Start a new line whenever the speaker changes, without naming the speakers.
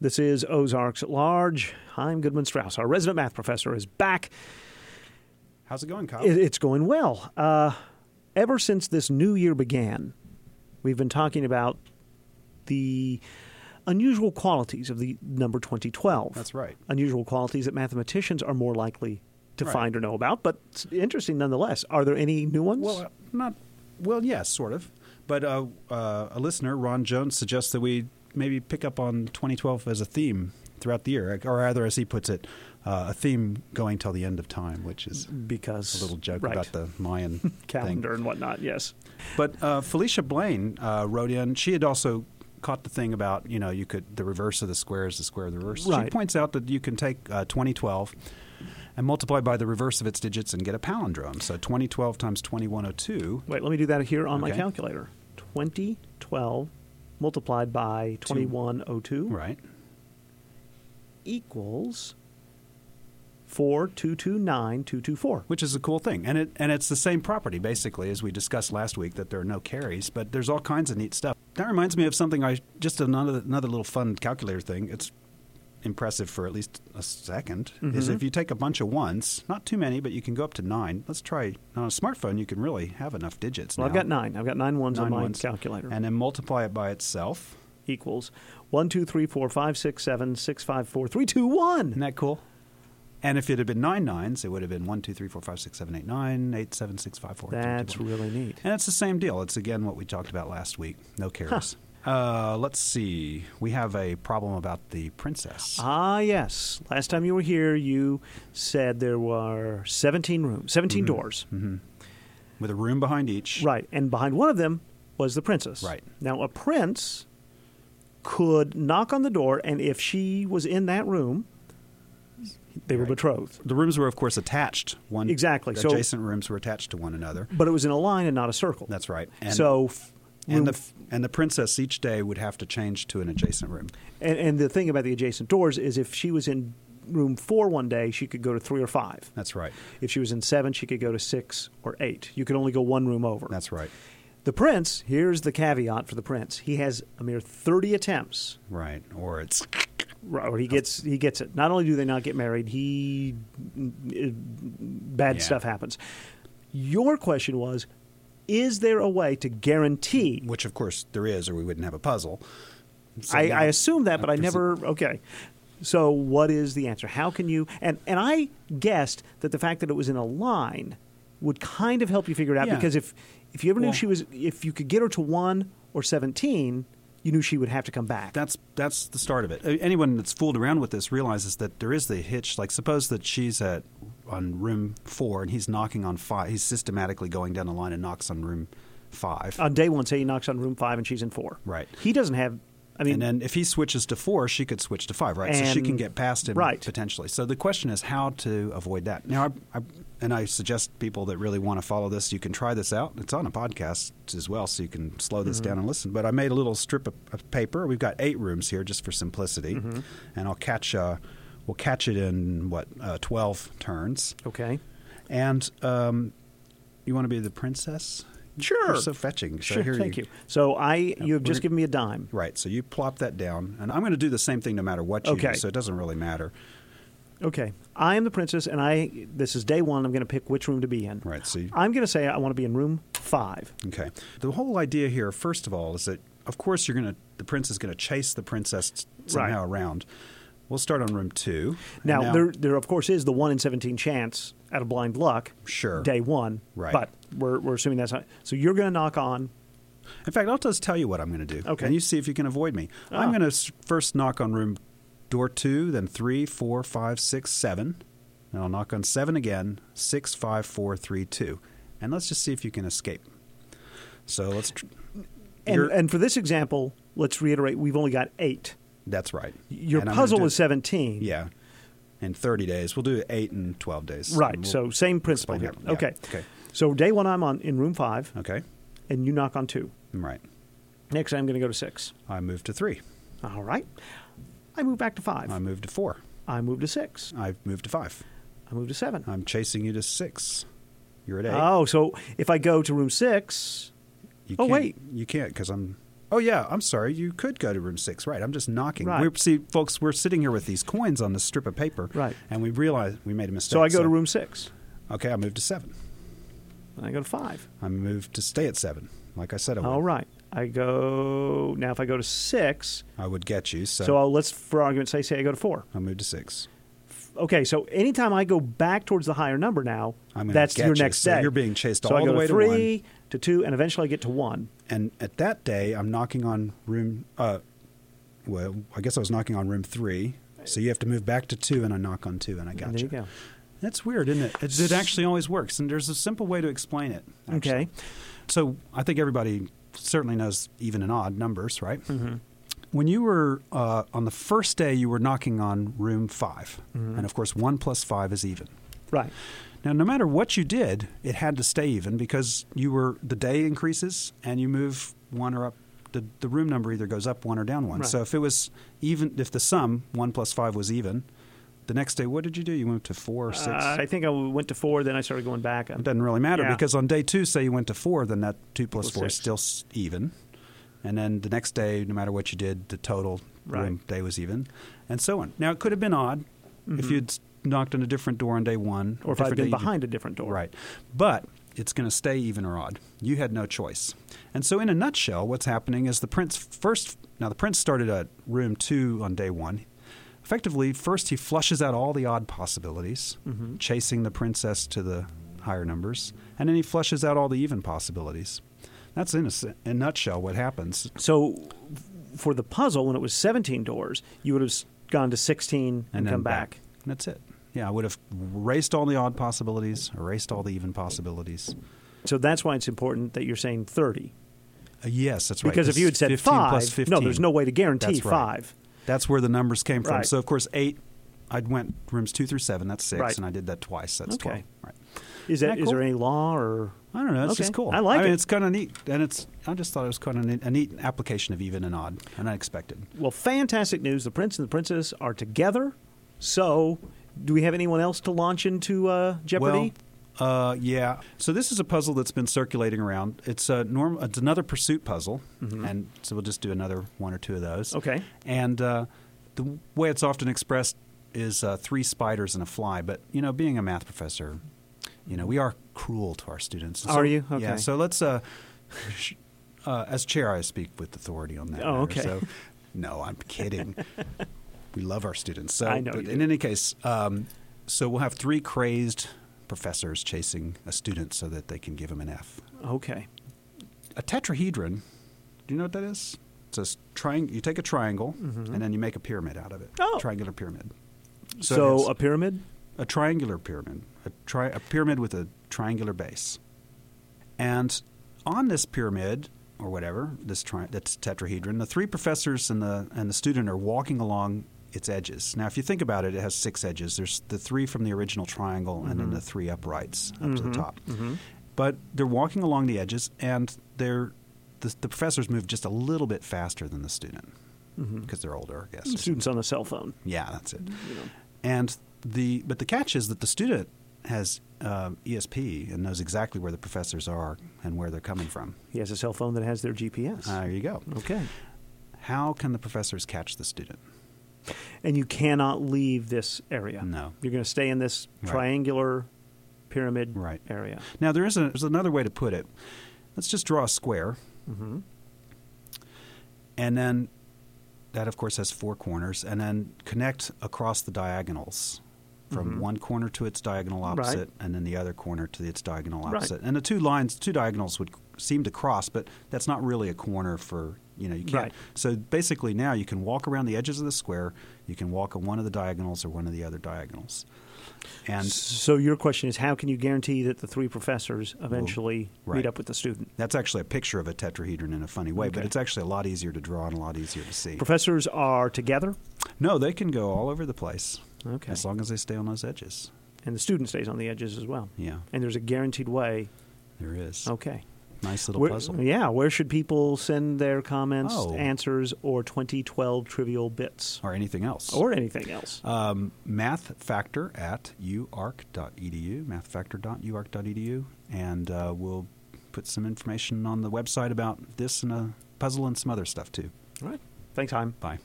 This is Ozarks at Large. I'm Goodman Strauss. Our resident math professor is back.
How's it going, Kyle?
It, it's going well. Uh, ever since this new year began, we've been talking about the unusual qualities of the number 2012.
That's right.
Unusual qualities that mathematicians are more likely to
Right.
find or know about, but it's interesting nonetheless. Are there any new ones?
Well, uh, not well, yes, sort of. But uh, uh, a listener, Ron Jones, suggests that we maybe pick up on 2012 as a theme throughout the year, or rather, as he puts it, uh, a theme going till the end of time, which is
because
a little joke
right,
about the Mayan
calendar
Thing.
and whatnot. Yes.
But uh, Felicia Blaine uh, wrote in. She had also caught the thing about you know you could the reverse of the square is the square of the reverse. She
Right.
points out that you can take uh, 2012 and multiply by the reverse of its digits and get a palindrome. So 2012 times 2102
Wait, let me do that here on my
Okay.
calculator. 2012 multiplied by 2102
Right.
equals 4229224.
Which is a cool thing. And it and it's the same property basically as we discussed last week that there are no carries, but there's all kinds of neat stuff. That reminds me of something I just another another little fun calculator thing. It's impressive for at least a 2nd
Mm-hmm.
is if you take a bunch of ones, not too many, but you can go up to 9. Let's try on a smartphone you can really have enough digits
Well, I've
now.
got nine. I've got nine ones on
Nine
my
ones.
calculator.
And then multiply it by itself.
equals one two three four five six seven six five four three two one.
Isn't that cool? And if it had been nine nines, it would have been one, two, three, four, five, six, seven, eight, nine, eight, seven, six, five, four. three, two,
That's
one.
really neat.
And it's the same deal. It's again what we talked about last week. No carries. Uh, let's see. We have a problem about the princess.
Ah, yes. Last time you were here, you said there were 17 rooms, 17
Mm-hmm.
doors.
With a room behind each.
Right. And behind one of them was the princess.
Right.
Now, a prince could knock on the door, and if she was in that room, they were
Right.
betrothed.
The rooms were, of course, attached. One
Exactly. So-
Adjacent rooms were attached to one another.
But it was in a line and not a circle.
That's right.
so, f- room
and the and the princess each day would have to change to an adjacent room.
And, and the thing about the adjacent doors is if she was in room four one day, she could go to three or five.
That's right.
If she was in seven, she could go to six or eight. You could only go one room over.
That's right.
The prince, here's the caveat for the prince. He has a mere 30 attempts,
Right. Or it's
or
Oh.
he gets he gets it. Not only do they not get married, he mm, bad
Yeah.
stuff happens. Your question was, is there a way to guarantee
which, of course, there is, or we wouldn't have a puzzle. So
I,
now-
I assume that, but I
After
never. Okay. So what is the answer? How can you? And and I guessed that the fact that it was in a line would kind of help you figure it out
Yeah.
because if if you ever knew
Well-
she was, if you could get her to one or seventeen, you knew she would have to come back.
that's that's the start of it. Uh, Anyone that's fooled around with this realizes that there is the hitch. Like suppose that she's at on room four and he's knocking on five. He's systematically going down the line and knocks on room five.
on day one, say he knocks on room five and she's in four.
Right.
He doesn't have. I mean,
and then if he switches to four, she could switch to five, right? so she
And-
can get past him
right.
potentially. So the question is how to avoid that. Now, I, I, and I suggest people that really want to follow this, you can try this out. It's on a podcast as well, so you can slow
Mm-hmm.
this down and listen. But I made a little strip of, of paper. We've got eight rooms here just for simplicity,
Mm-hmm.
and I'll catch. Uh, We'll catch it in what uh, twelve turns,
okay.
and um, you want to be the princess.
Sure.
You're so fetching. So
Sure.
here
Thank you. So I, you have
we're-
just given me a dime.
Right. So you plop that down, and I'm going to do the same thing no matter what you
Okay.
do. So it doesn't really matter.
Okay. I am the princess, and I. This is day one. I'm going to pick which room to be in.
Right, so you-
I'm going to say I want to be in room five.
Okay. The whole idea here, first of all, is that of course you're going to the prince is going to chase the princess s- somehow
Right.
around. We'll start on room two. And
Now, there, there of course is the one in seventeen chance out of blind luck.
Sure.
Day one.
Right.
But we're we're assuming that's not. So you're going to knock on.
in fact, I'll just tell you what I'm going to do.
Okay.
And you see if you can avoid me. I'm
Ah.
going to first knock on room door two, then three, four, five, six, seven. And I'll knock on seven again, six, five, four, three, two. And let's just see if you can escape. So let's. Tr-
And
you're-
and for this example, let's reiterate: we've only got eight.
That's right.
Your
And I'm gonna
puzzle
do-
was seventeen.
Yeah. In 30 days. We'll do 8 and 12 days.
Right.
And we'll-
so same principle here.
explain how- yeah,
Okay.
okay. Uh,
So day one, I'm on in room five,
Okay.
and you knock on two.
I'm right.
Next, I'm going to go to six.
I move to 3.
All right. I move back to five.
I move to 4.
I move to six.
I move to 5.
I move to seven.
I'm chasing you to 6. You're at 8.
Oh, so if I go to room six,
you
Uh, oh,
can't-
wait.
You can't because I'm Oh yeah, I'm sorry. You could go to room six, right? I'm just knocking.
Right.
We're, see, folks, we're sitting here with these coins on this strip of paper,
Right.
And we realize we made a mistake.
So I go to room six,
Okay, I moved to seven.
and I go to five.
I moved to stay at seven. Like I said, I would,
All right, I go now. If I go to six,
I would get you. So,
so I'll, let's for argument's sake say I go to four.
I moved to six.
Okay, so anytime I go back towards the higher number now,
I'm gonna
that's
get
your
you.
next
So
day.
you're being chased
So
all
I go
the
to
way to
three to two, and eventually I get to one.
And at that day, I'm knocking on room. Uh, well, I guess I was knocking on room three. So you have to move back to two, and I knock on two, and I got
And there you
you.
go.
That's weird, isn't it? it? It actually always works, and there's a simple way to explain it. actually.
Okay.
So I think everybody certainly knows even and odd numbers, right? Mm-hmm. When you were uh, on the first day, you were knocking on room 5
Mm-hmm.
and of course, one plus five is even.
Right.
Now, no matter what you did, it had to stay even because you were the day increases and you move one or up. The, the room number either goes up one or down one.
Right.
So if it was even, if the sum one plus five was even, the next day what did you do? You went to four or six.
Uh, I think I went to four, then I started going back.
It doesn't really matter
Yeah.
because on day two, say you went to four, then that two plus
Equals
four is
six.
still s- even. And then the next day, no matter what you did, the total
Right. Mm-hmm.
room day was even, and so on. Now it could have been odd if you'd s- knocked on a different door on day one,
or if I've
different
been
day you did-
behind a different door.
right? But it's going to stay even or odd. You had no choice. And so, in a nutshell, what's happening is the prince first. Now the prince started at room two on day one. Effectively, first he flushes out all the odd possibilities,
Mm-hmm.
chasing the princess to the higher numbers, and then he flushes out all the even possibilities. That's in a, s- a nutshell what happens.
So f- for the puzzle, when it was 17 doors, you would have s- gone to 16 and,
then
come back.
And that's it. Yeah, I would have erased all the odd possibilities, erased all the even possibilities.
So that's why it's important that you're saying 30.
Uh, yes, that's right.
Because if you had said
15
five,
plus 15,
no, there's no way to guarantee
That's right.
five.
That's where the numbers came from.
Right.
So of course eight, I went rooms two through seven. That's six,
Right.
and I did that twice. That's
Okay.
twelve. Right.
Is that
Yeah,
is
cool.
there any law or
I don't know. That's
Okay.
just cool.
I like
mean,
it.
It's kind of neat, and it's. I just thought it was kind of neat, a neat application of even and odd, and unexpected.
well, fantastic news! The prince and the princess are together. So, do we have anyone else to launch into uh, Jeopardy?
Well, uh, yeah. So this is a puzzle that's been circulating around. It's a norm. It's another pursuit puzzle, and so we'll just do another one or two of those.
Mm-hmm. Okay.
And uh, the way it's often expressed is uh, three spiders and a fly. But you know, being a math professor, you know, we are cruel to our students.
Are you?
Yeah.
Okay.
So let's. Uh, sh- uh, as chair, I speak with authority on that.
Oh, okay.
matter. So, no, I'm kidding. we love our students. So,
I know
but
you
in
do.
any case, um, so we'll have three crazed professors chasing a student so that they can give him an F.
okay,
A tetrahedron. Do you know what that is? It's a s- triang- You take a triangle and then you make a pyramid out of it.
Mm-hmm. Oh.
triangular pyramid.
so,
it has
a pyramid.
a triangular pyramid, a, tri- a pyramid with a triangular base. And on this pyramid, or whatever, this tri- that's tetrahedron, the three professors and the, and the student are walking along its edges. Now, if you think about it, it has six edges. There's the three from the original triangle and then the three uprights up to the top. But they're walking along the edges, and they're, the, the professors move just a little bit faster than the student because they're older, I guess. or
Students on the cell phone.
yeah, that's it. And the but the catch is that the student has um ESP and knows exactly where the professors are and where they're coming from.
He has a cell phone that has their GPS.
there you go.
okay,
How can the professors catch the student?
and you cannot leave this area.
No.
you're going to stay in this
Right.
triangular pyramid
Right.
area.
Now there is a, there's another way to put it. Let's just draw a square,
Mm-hmm.
and then that of course has four corners, and then connect across the diagonals from
Mhm.
one corner to its diagonal
Right.
opposite, and then the other corner to its diagonal
Right.
opposite. And the two lines, two diagonals would seem to cross, but that's not really a corner for you know you can't.
Right.
So basically, now you can walk around the edges of the square. You can walk on one of the diagonals or one of the other diagonals, and
So your question is, how can you guarantee that the three professors eventually
Well, right.
meet up with the student?
that's actually a picture of a tetrahedron in a funny way, but
Okay.
it's actually a lot easier to draw and a lot easier to see.
Professors are together,
No, they can go all over the place.
Okay.
As long as they stay on those edges.
and the student stays on the edges as well.
Yeah,
And there's a guaranteed way.
there is.
Okay.
Nice little
Where-
puzzle.
Oh. Yeah. Where should people send their comments,
Oh.
answers, or 2012 trivial bits,
Or anything else.
or anything else?
um, mathfactor at uarc.edu, e mathfactor.uarc.edu, and uh, we'll put some information on the website about this and a
puzzle and some other stuff too.
All right. Thanks, Heim.
Bye.